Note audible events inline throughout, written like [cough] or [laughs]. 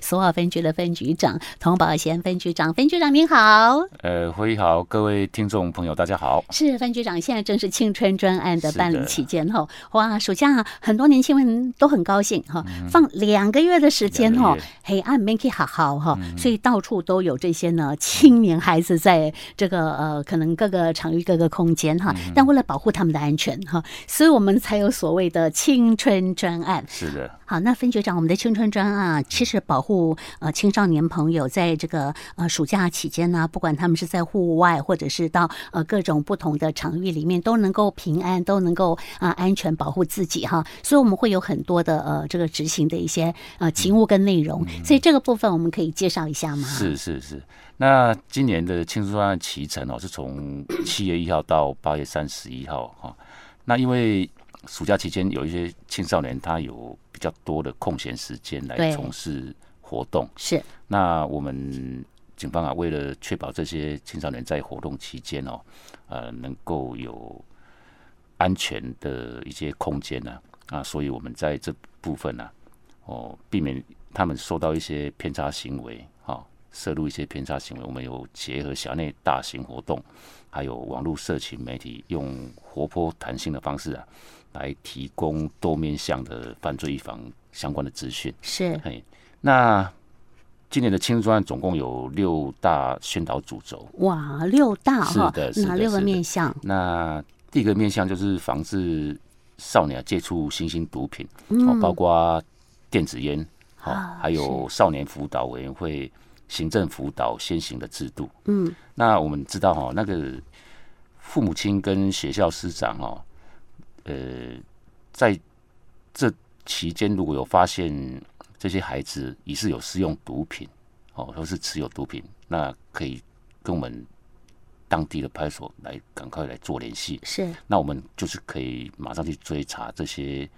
苏澳分局的分局长童宝贤分局长。分局长您好，呃，辉好，各位听众朋友，大家好。是分局长，现在正是青春专案的是办理的期间哦。哇，暑假、啊、很多年轻人都很高兴哈、放两个月的时间嗯两哦个月，嗯黑暗 make it 好好哈、所以到处都有这些呢青年孩子在这个呃可能各个场域各个空间哈、嗯但为了保护他们的安全哈、所以我们才有所谓的青春专案。是的，好，那分局长，我们的青春专案啊，其实保护呃青少年朋友在这个呃暑假期间呢、不管他们是在户外，或者是到呃各种不同的场域里面，都能够平安，都能够啊、安全保护自己哈。所以我们会有很多的呃这个执行的一些呃勤务跟内容，嗯所以这个部分我们可以介绍一下吗？是是是。那今年的青春专案启程哦，是从七月一号到八月三十一号哈、那因为暑假期间有一些青少年他有比较多的空闲时间对来从事活动，是那我们警方啊，为了确保这些青少年在活动期间哦，呃，能够有安全的一些空间呢、啊，所以我们在这部分呢、哦，避免他们受到一些偏差行为，哈、哦，摄入一些偏差行为，我们有结合辖内大型活动，还有网络社群媒体，用活泼弹性的方式啊，来提供多面向的犯罪预防相关的资讯。是嘿，那今年的青春专案总共有六大宣导主轴。哇，六大哈是的，是的哪六个是的面向？那第一个面向就是防治少年接触新兴毒品，哦，包括电子烟，好、啊还有少年辅导委员会行政辅导先行的制度。嗯，那我们知道哈、那个父母亲跟学校师长哦，呃，在这期间如果有发现这些孩子疑似有使用毒品，哦，或是持有毒品，那可以跟我们当地的派出所来赶快来做联系。是那我们就是可以马上去追查这些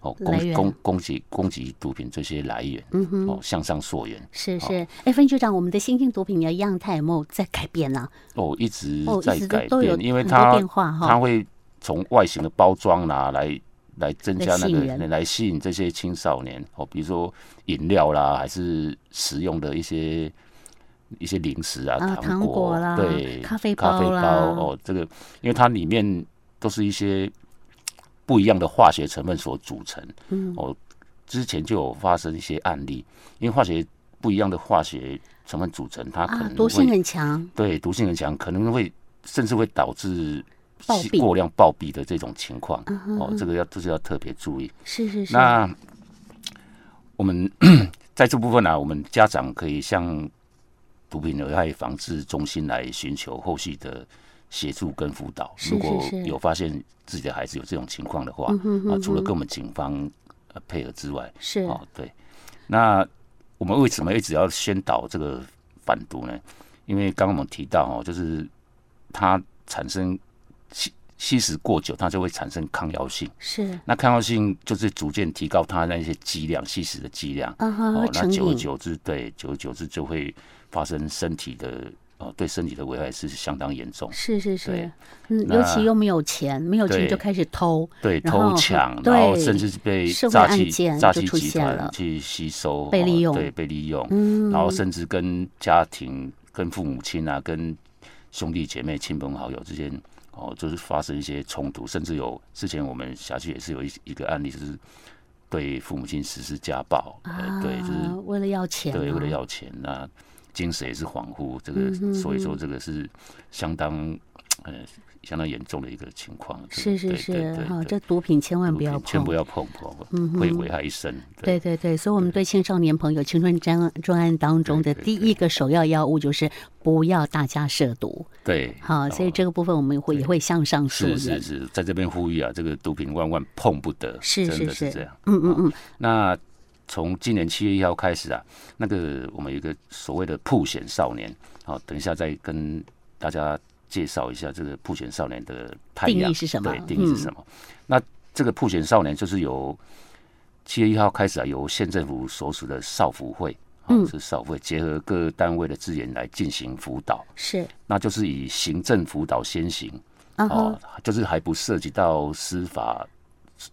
哦来供源供供给供给毒品这些来源，嗯哼，哦向上溯源，是是，哎，分局长，我们的新型毒品的样态有没有在改变呢、哦一直哦，在一直都改都有变，因为很多它变化哈、它会从外形的包装啦来。来增来加那吸引个人来吸引这些青少年哦，比如说饮料啦，还是食用的一些一些零食啊，啊糖果啦对，咖啡咖啡包啦哦，这个因为它里面都是一些不一样的化学成分所组成。嗯，哦，之前就有发生一些案例，因为化学不一样的化学成分组成，它可啊能，毒会、性很强，对毒性很强，可能会甚至会导致暴吸毙嗯过量暴毙的这种情况。哦，这个要这是要特别注意。是是是，那我们 [coughs] 在这部分呢、啊，我们家长可以向毒品危害防治中心来寻求后续的协助跟辅导。是如果是嗯是有发现自己的孩子有这种情况的话，啊，除了跟我们警方呃配合之外，是哦，对。那我们为什么一直要宣导这个反毒呢？因为刚刚我们提到哦，就是它产生吸吸食过久，它就会产生抗药性。是，那抗药性就是逐渐提高它那些剂量，吸食的剂量。啊哈，哦会，那成久而瘾，久之，对，久而久之就会发生身体的哦，对身体的危害是相当严重。是是是对，嗯，那尤其又没有钱，没有钱对就开始偷，对，然后偷抢，对然后甚至是被社会诈案欺件诈就欺出集现团了去吸收，被哦利用对，被利用，嗯，然后甚至跟家庭、跟父母亲啊、跟兄弟姐妹、亲朋好友之间，哦，就是发生一些冲突，甚至有之前我们辖区也是有一一个案例，就是对父母亲实施家暴，啊呃，对，就是为了要钱啊，对，为了要钱，那精神也是恍惚，这个、嗯所以说这个是相当呃相当严重的一个情况。这是个是对是对，对哈，对这毒品千万毒不品要千碰嗯万不。要碰，碰会危害一生。对对对，所以我们对青少年朋友青春专案专案当中的对对第对一个首要药物就是不要大家涉毒，对，好，所以哦这个部分我们会也会向上溯是源是。是，在这边呼吁啊，这个毒品万万碰不得，是真的是是这样。嗯嗯嗯，那从今年七月一号开始啊，那个我们有一个所谓的普选少年，好、等一下再跟大家介绍一下这个普选少年的太阳定义是什么嗯对，定义是什么？那这个普选少年就是由七月一号开始啊，由县政府所属的少辅会，啊、嗯是少辅会结合各单位的资源来进行辅导，是，那就是以行政辅导先行，啊哈哦哦，就是还不涉及到司法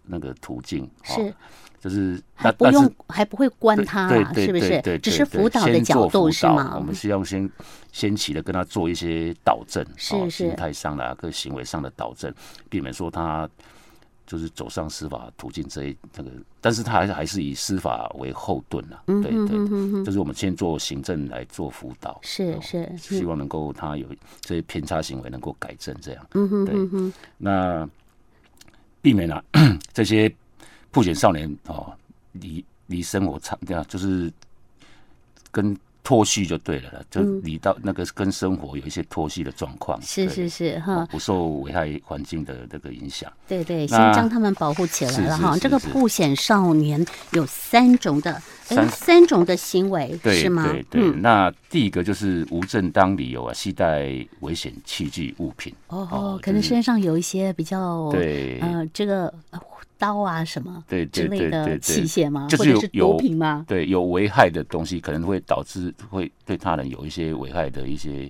那个途径，哦是，就是还那不但是用还不会关他对啦，对是不是对对？对只是对辅导的先角做度辅是导吗我？们希望先先期的跟他做一些导正，是哦、是心态上啦、各行为上的导正，避免说他就是走上司法途径这一那个，但是他还是还是以司法为后盾啊，对对嗯哼哼，就是我们先做行政来做辅导，是哦是，希望能够他有这些偏差行为能够改正，这样嗯哼对哼哼，那避免了、 [clears throat] 这些破茧少年哦离离生活差，对啊，就是跟脱序就对了了，就离到那个跟生活有一些脱序的状况，嗯是对是嗯是哦哈，不受危害环境的那个影响。对对，先那将他们保护起来是了是哈。是这个是破险少年有三种的，哎，三三种的行为对是吗对？对，嗯，那第一个就是无正当理由啊，携带危险器具物品。哦哦，可能就是身上有一些比较对，呃，这个呃刀啊什么对之对类对的对器对。械吗？就是或者有是毒有品吗？对，有危害的东西可能会导致会对他人有一些危害的一些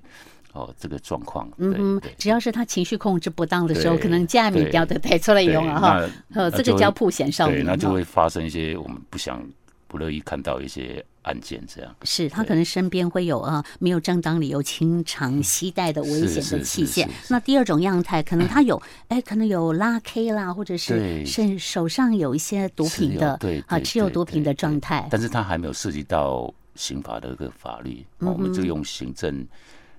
哦这个状况。对嗯哼对，只要是他情绪控制不当的时候，对可能加米对掉的带出来对用了哈。那呃，那这个就叫破险少对，年那就哈会发生一些我们不想、不乐意看到一些案件这样。是他可能身边会有啊、呃没有正当理由经常携带的危险的嗯是是器是械是。那第二种样态，可 [laughs] 能他有哎，可能有拉 K 啦，或者是对甚手上有一些毒持品有的对啊，对持有对毒品对的对状态，但是他还没有涉及到刑法的一个法律，哦我们就用行政嗯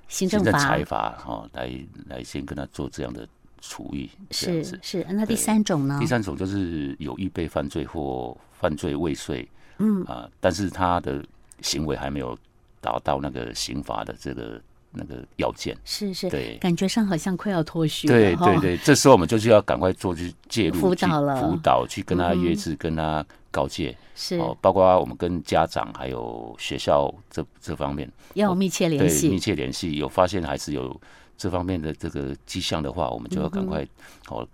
行政法裁罚哈、哦来来先跟他做这样的处遇，这样是子。是。那第对三种呢第？三种就是有预备犯罪或犯罪未遂，嗯啊、但是他的行为还没有达到那个刑罚的这个那个要件，是是，对。感觉上好像快要脱序对了哈。对对，这时候我们就是要赶快做去介入、辅去导了辅导去跟他约嗯哼制、跟他告诫，是哦，包括我们跟家长还有学校这这方面要有密切联哦对密系。切联系，有发现还是有这方面的这个迹象的话，我们就要赶快、嗯哦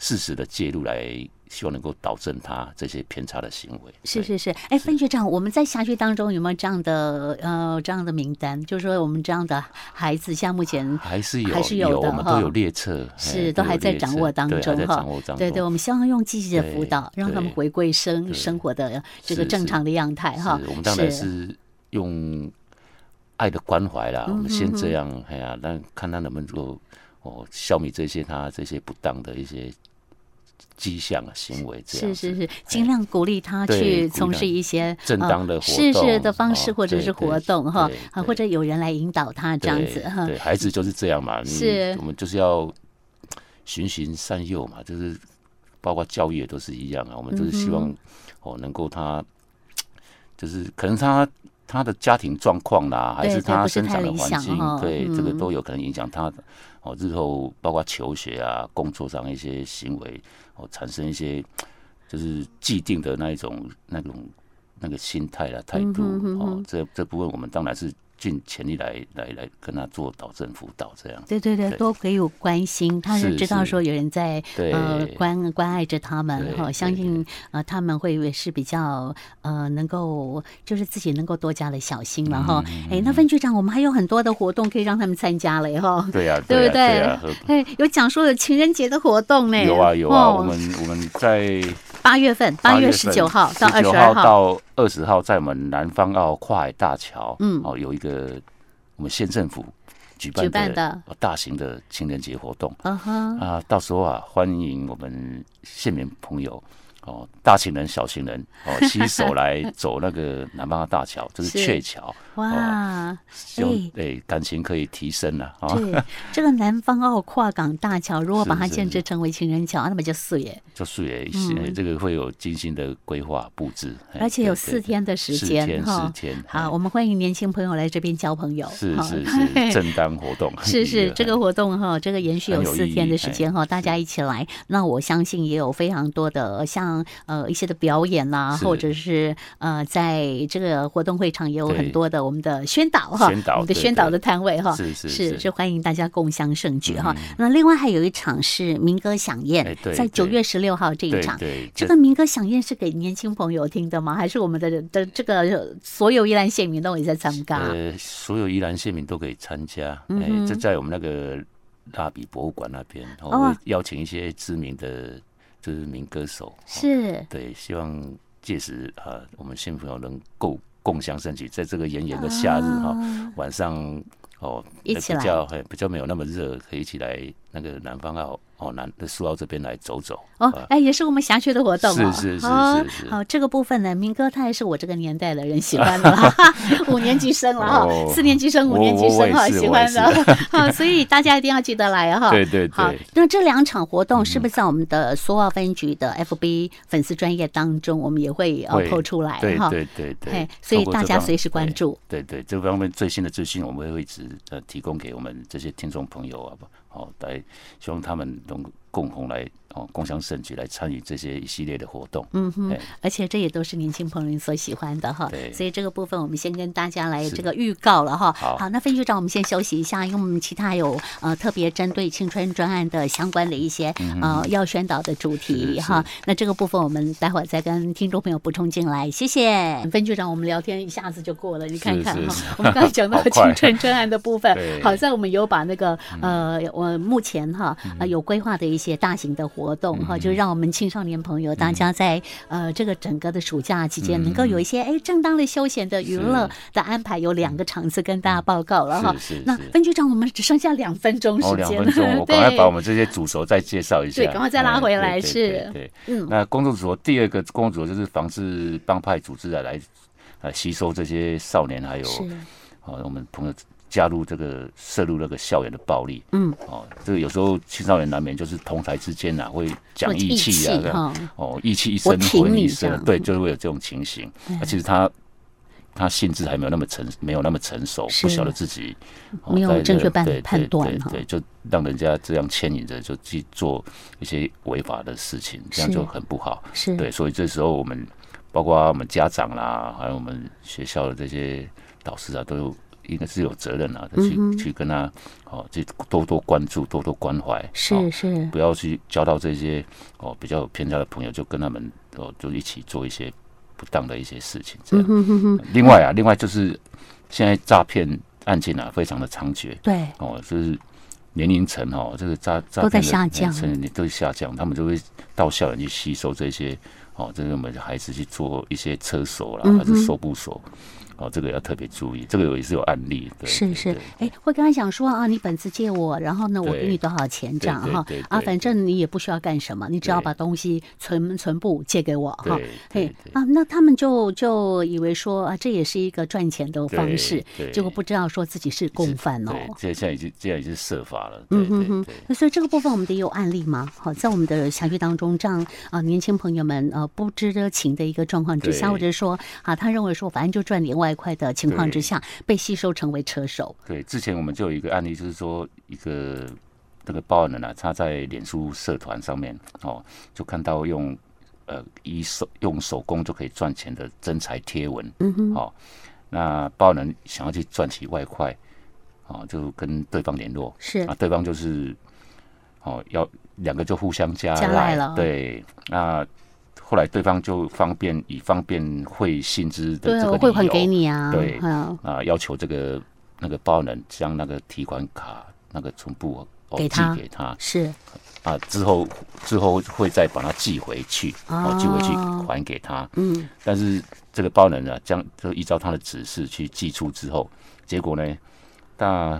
适时的介入来，希望能够导正他这些偏差的行为。是是对是，哎，分局长，我们在辖区当中有没有这样的呃这样的名单？就是说我们这样的孩子，像目前还是有还是有的我们哈都有列册，嘿是都都有还在列掌册握当对还中在哈掌握当中。对对，我们希望用积极的辅对导，让他们对回归生对生活的这个是正是常的样态哈是。我们当然是用爱的关怀嗯啦，我们先这样，哎呀、那看他能不能够哦消弭这些他这些不当的一些迹象啊行为，这是样是子是，尽量鼓励他哎对去鼓励从他事一些正呃当的活试试的动方式哦或者对是对活动哈对，啊对或者有人来引导他这样子对哈。对，孩子就是这样嘛，你是我们就是要循循善诱嘛，就是包括教育也都是一样啊，我们就是希嗯望、哦能够他就是可能他。他的家庭状况啦，还对对是不他是生太长的理环想境，哦对嗯这个都有可能影响他哦，日后包括求学啊、工作上一些行为哦，产生一些就是既定的那一种、那种、那个心态啦、态度、嗯哼哼哦，这这部分我们当然是尽全力来来来跟他做导正辅导这样。对对对，对多给予关心，他是是知道是说有人在对呃关关爱着他们对哈，对相信呃他们会也是比较呃能够就是自己能够多加了小心了哈。嗯哎，那分局长，我们还有很多的活动可以让他们参加了哈。对呀、啊，对不呀、对呀、对？哎，有讲说有情人节的活动呢。有啊有啊，哦我们我们在八月份，八月十份九号到二19十二号，到二十号，在我们南方澳跨海大桥，嗯哦，有一个我们县政府举办举办的呃大型的情人节活动。嗯哼，啊，到时候啊，欢迎我们县民朋友哦，大情人、小情人哦， [laughs] 携手来走那个南方的大桥， [laughs] 就是是鹊桥，哇，希望哎对感情可以提升了啊，哦对，这个南方澳跨港大桥，如果把它是是哎建制成为情人桥，那么就四耶。就是也是这个会有精心的规划布置，哎嗯而且有对对四天的时四间天哈四。天，好，哎我们欢迎年轻朋友来这边交朋友。是哈 [laughs] 是是正当活动， [laughs] 是一是，这个活动哈，这个延续有哎很有四意义哎天的时间哈，大家一起来。那我相信也有非常多的像呃一些的表演啦，是或者是呃在这个活动会场也有很对多的我们的宣导哈，宣导我们的对宣导对的摊位哈，是是是是嗯是欢迎大家共襄盛举哈。那另外还有一场是民歌响哎宴，对在九对月十六号这一对场。对这个民歌响宴是给年轻朋友听的吗？还是我们的的这个所有宜兰县民都也在参加？呃，所有宜兰县民都可以参加。哎、嗯这在我们那个蜡笔博物馆那边，我、哦会邀请一些知名的这是民歌手，是对，希望届时啊，我们新朋友能够共享盛举，在这个炎炎的夏日哈、啊晚上哦，一呃起比来较嘿比较没有那么热，可以一起来那个南方澳哦南的苏澳这边来走走。哦啊，哎，也是我们辖区的活动哦。是是是哦是是好，这个部分呢，民歌它也是我这个年代的人喜欢的 [laughs] 啦，五年级生了哈，哦四年级生、五我年级我生也哈，是喜我欢也的。 [laughs] 好，所以大家一定要记得来哈。对对哦好对，，嗯那这两场活动是不是在我们的苏澳分局的 FB 粉丝专业当中，我们也会呃会抛出来对哈？对对对嘿，所以透过大这家方随时关对注。对对，这方面最新的资讯，我们会一直呃提供给我们这些听众朋友啊，好来希望他们能共同来哦共享盛举，来参与这些一系列的活动。嗯哼，而且这也都是年轻朋友所喜欢的哈，对所以这个部分我们先跟大家来是这个预告了哈。好那分局长，我们先休息一下，因为我们其他有呃特别针对青春专案的相关的一些、呃要宣导的主题嗯是哈。那这个部分我们待会儿再跟听众朋友补充进来，谢谢分局长。我们聊天一下子就过了，你看看是哈是，我们刚才讲到 [laughs] 好快青春专案的部分，对好在我们有把那个嗯呃我目前哈呃有规划的一些大型的活动嗯哈，就让我们青少年朋友大家在呃这个整个的暑假期间能够有一些哎正当的休闲的娱乐的安排，有两个场次跟大家报告了哈。嗯是是那是。分局长，我们只剩下两分钟时哦，两间分钟，了， [laughs] 我赶快把我对，们这些主轴再介绍一下。对赶快再拉哎回来对是对对对嗯那工作组第二个工作组就是防治帮派组织啊，来呃吸收这些少年还有是哦，我们朋友加入这个涉入那个校园的暴力，嗯，哦，这个有时候青少年难免就是同台之间啊，会讲义气啊，这样哈，哦，义气一我生挺魂你一这样嗯生，对，就是会有这种情形。啊、其实他他性质还没有那么成，没有那么成熟，是不晓得自己、哦没有在这正确判对判断对哈对对，就让人家这样牵引着就去做一些违法的事情，这样是就很不好。是对，所以这时候我们包括我们家长啦，还有我们学校的这些老师啊，都有应该是有责任啊，去、去跟他哦，去多多关注，多多关怀，是哦是。不要去交到这些哦比较有偏差的朋友，就跟他们哦就一起做一些不当的一些事情。这样，另外啊，另外就是现在诈骗案件啊，非常的猖獗对，哦，就是。年龄层哦，这个诈诈都在骗的下年降层都在下降，他们就会到校园去吸收这些哦，这个我们孩子去做一些车手啦，嗯还是收部手，哦，这个要特别注意，这个有也是有案例，对，是对是对，哎，会跟他讲说啊，你本子借我，然后呢，我给对你多少钱这样对哈对对啊，对反正你也不需要干什么，你只要对把东西存存部借给我哈对。对嘿对啊，那他们就就以为说啊，这也是一个赚钱的方式，对结果不知道说自己是共犯哦。嗯对，这现在已经这样已经是设法了，对对对。那所以这个部分我们得有案例吗？好，在我们的辖区当中，这样啊、呃年轻朋友们呃不知情的一个状况之下，对或者说啊，他认为说反正就赚点外快的情况之对下，被吸收成为车手，对，之前我们就有一个案例，就是说一个那个报案人啊，他在脸书社团上面哦，就看到用呃以手用手工就可以赚钱的真材贴文，嗯哼，哦，那报案人想要去赚取外快，哦，就跟对方联络，是啊，对方就是哦要两个就互相加加赖了对，那。后来对方就方便以方便汇信资的对啊，这个我汇理款由给你啊，对嗯，啊，要求这个那个包人将那个提款卡那个存部哦给他寄给他是啊，之后之后会再把它寄回去，哦，寄回去哦还给他。嗯，但是这个包人呢，将就依照他的指示去寄出之后，结果呢，那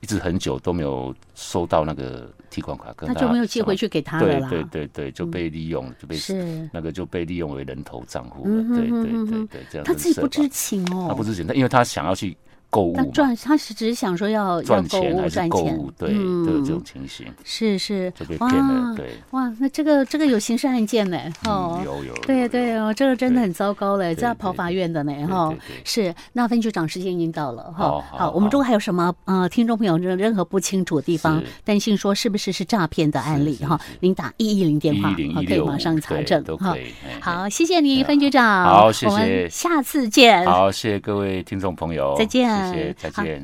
一直很久都没有收到那个提款卡，跟那就没有寄什么回。去给他了对啦，嗯对对对，就被利用，就被是那个就被利用为人头账户嗯了。哼对哼对哼对哼对，这样他子自己设不法知情哦，呃他不知情，他因为他想要去购物他嘛，赚，他是只是想说要要赚购钱物还是赚购钱物，，对，嗯都有这种情形，是是就被，哇骗了，对，哇，那这个这个有刑事案件呢，哦嗯，，有有，对有对有哦，这个真的对很糟糕嘞，这要对跑对法对院的呢对哈对。对是，那分局长时间已经到了哈。好好我们好如果还有什么呃，听众朋友任任何不清楚的地方是，担心说是不是是诈骗的案是例是哈，您打一一零电话， 110好可以马上165查对证都哈可。以。嘿嘿好，谢谢你，对啊分局长。好谢我们谢下次见。好，谢谢各位听众朋友，再见谢谢，再好见。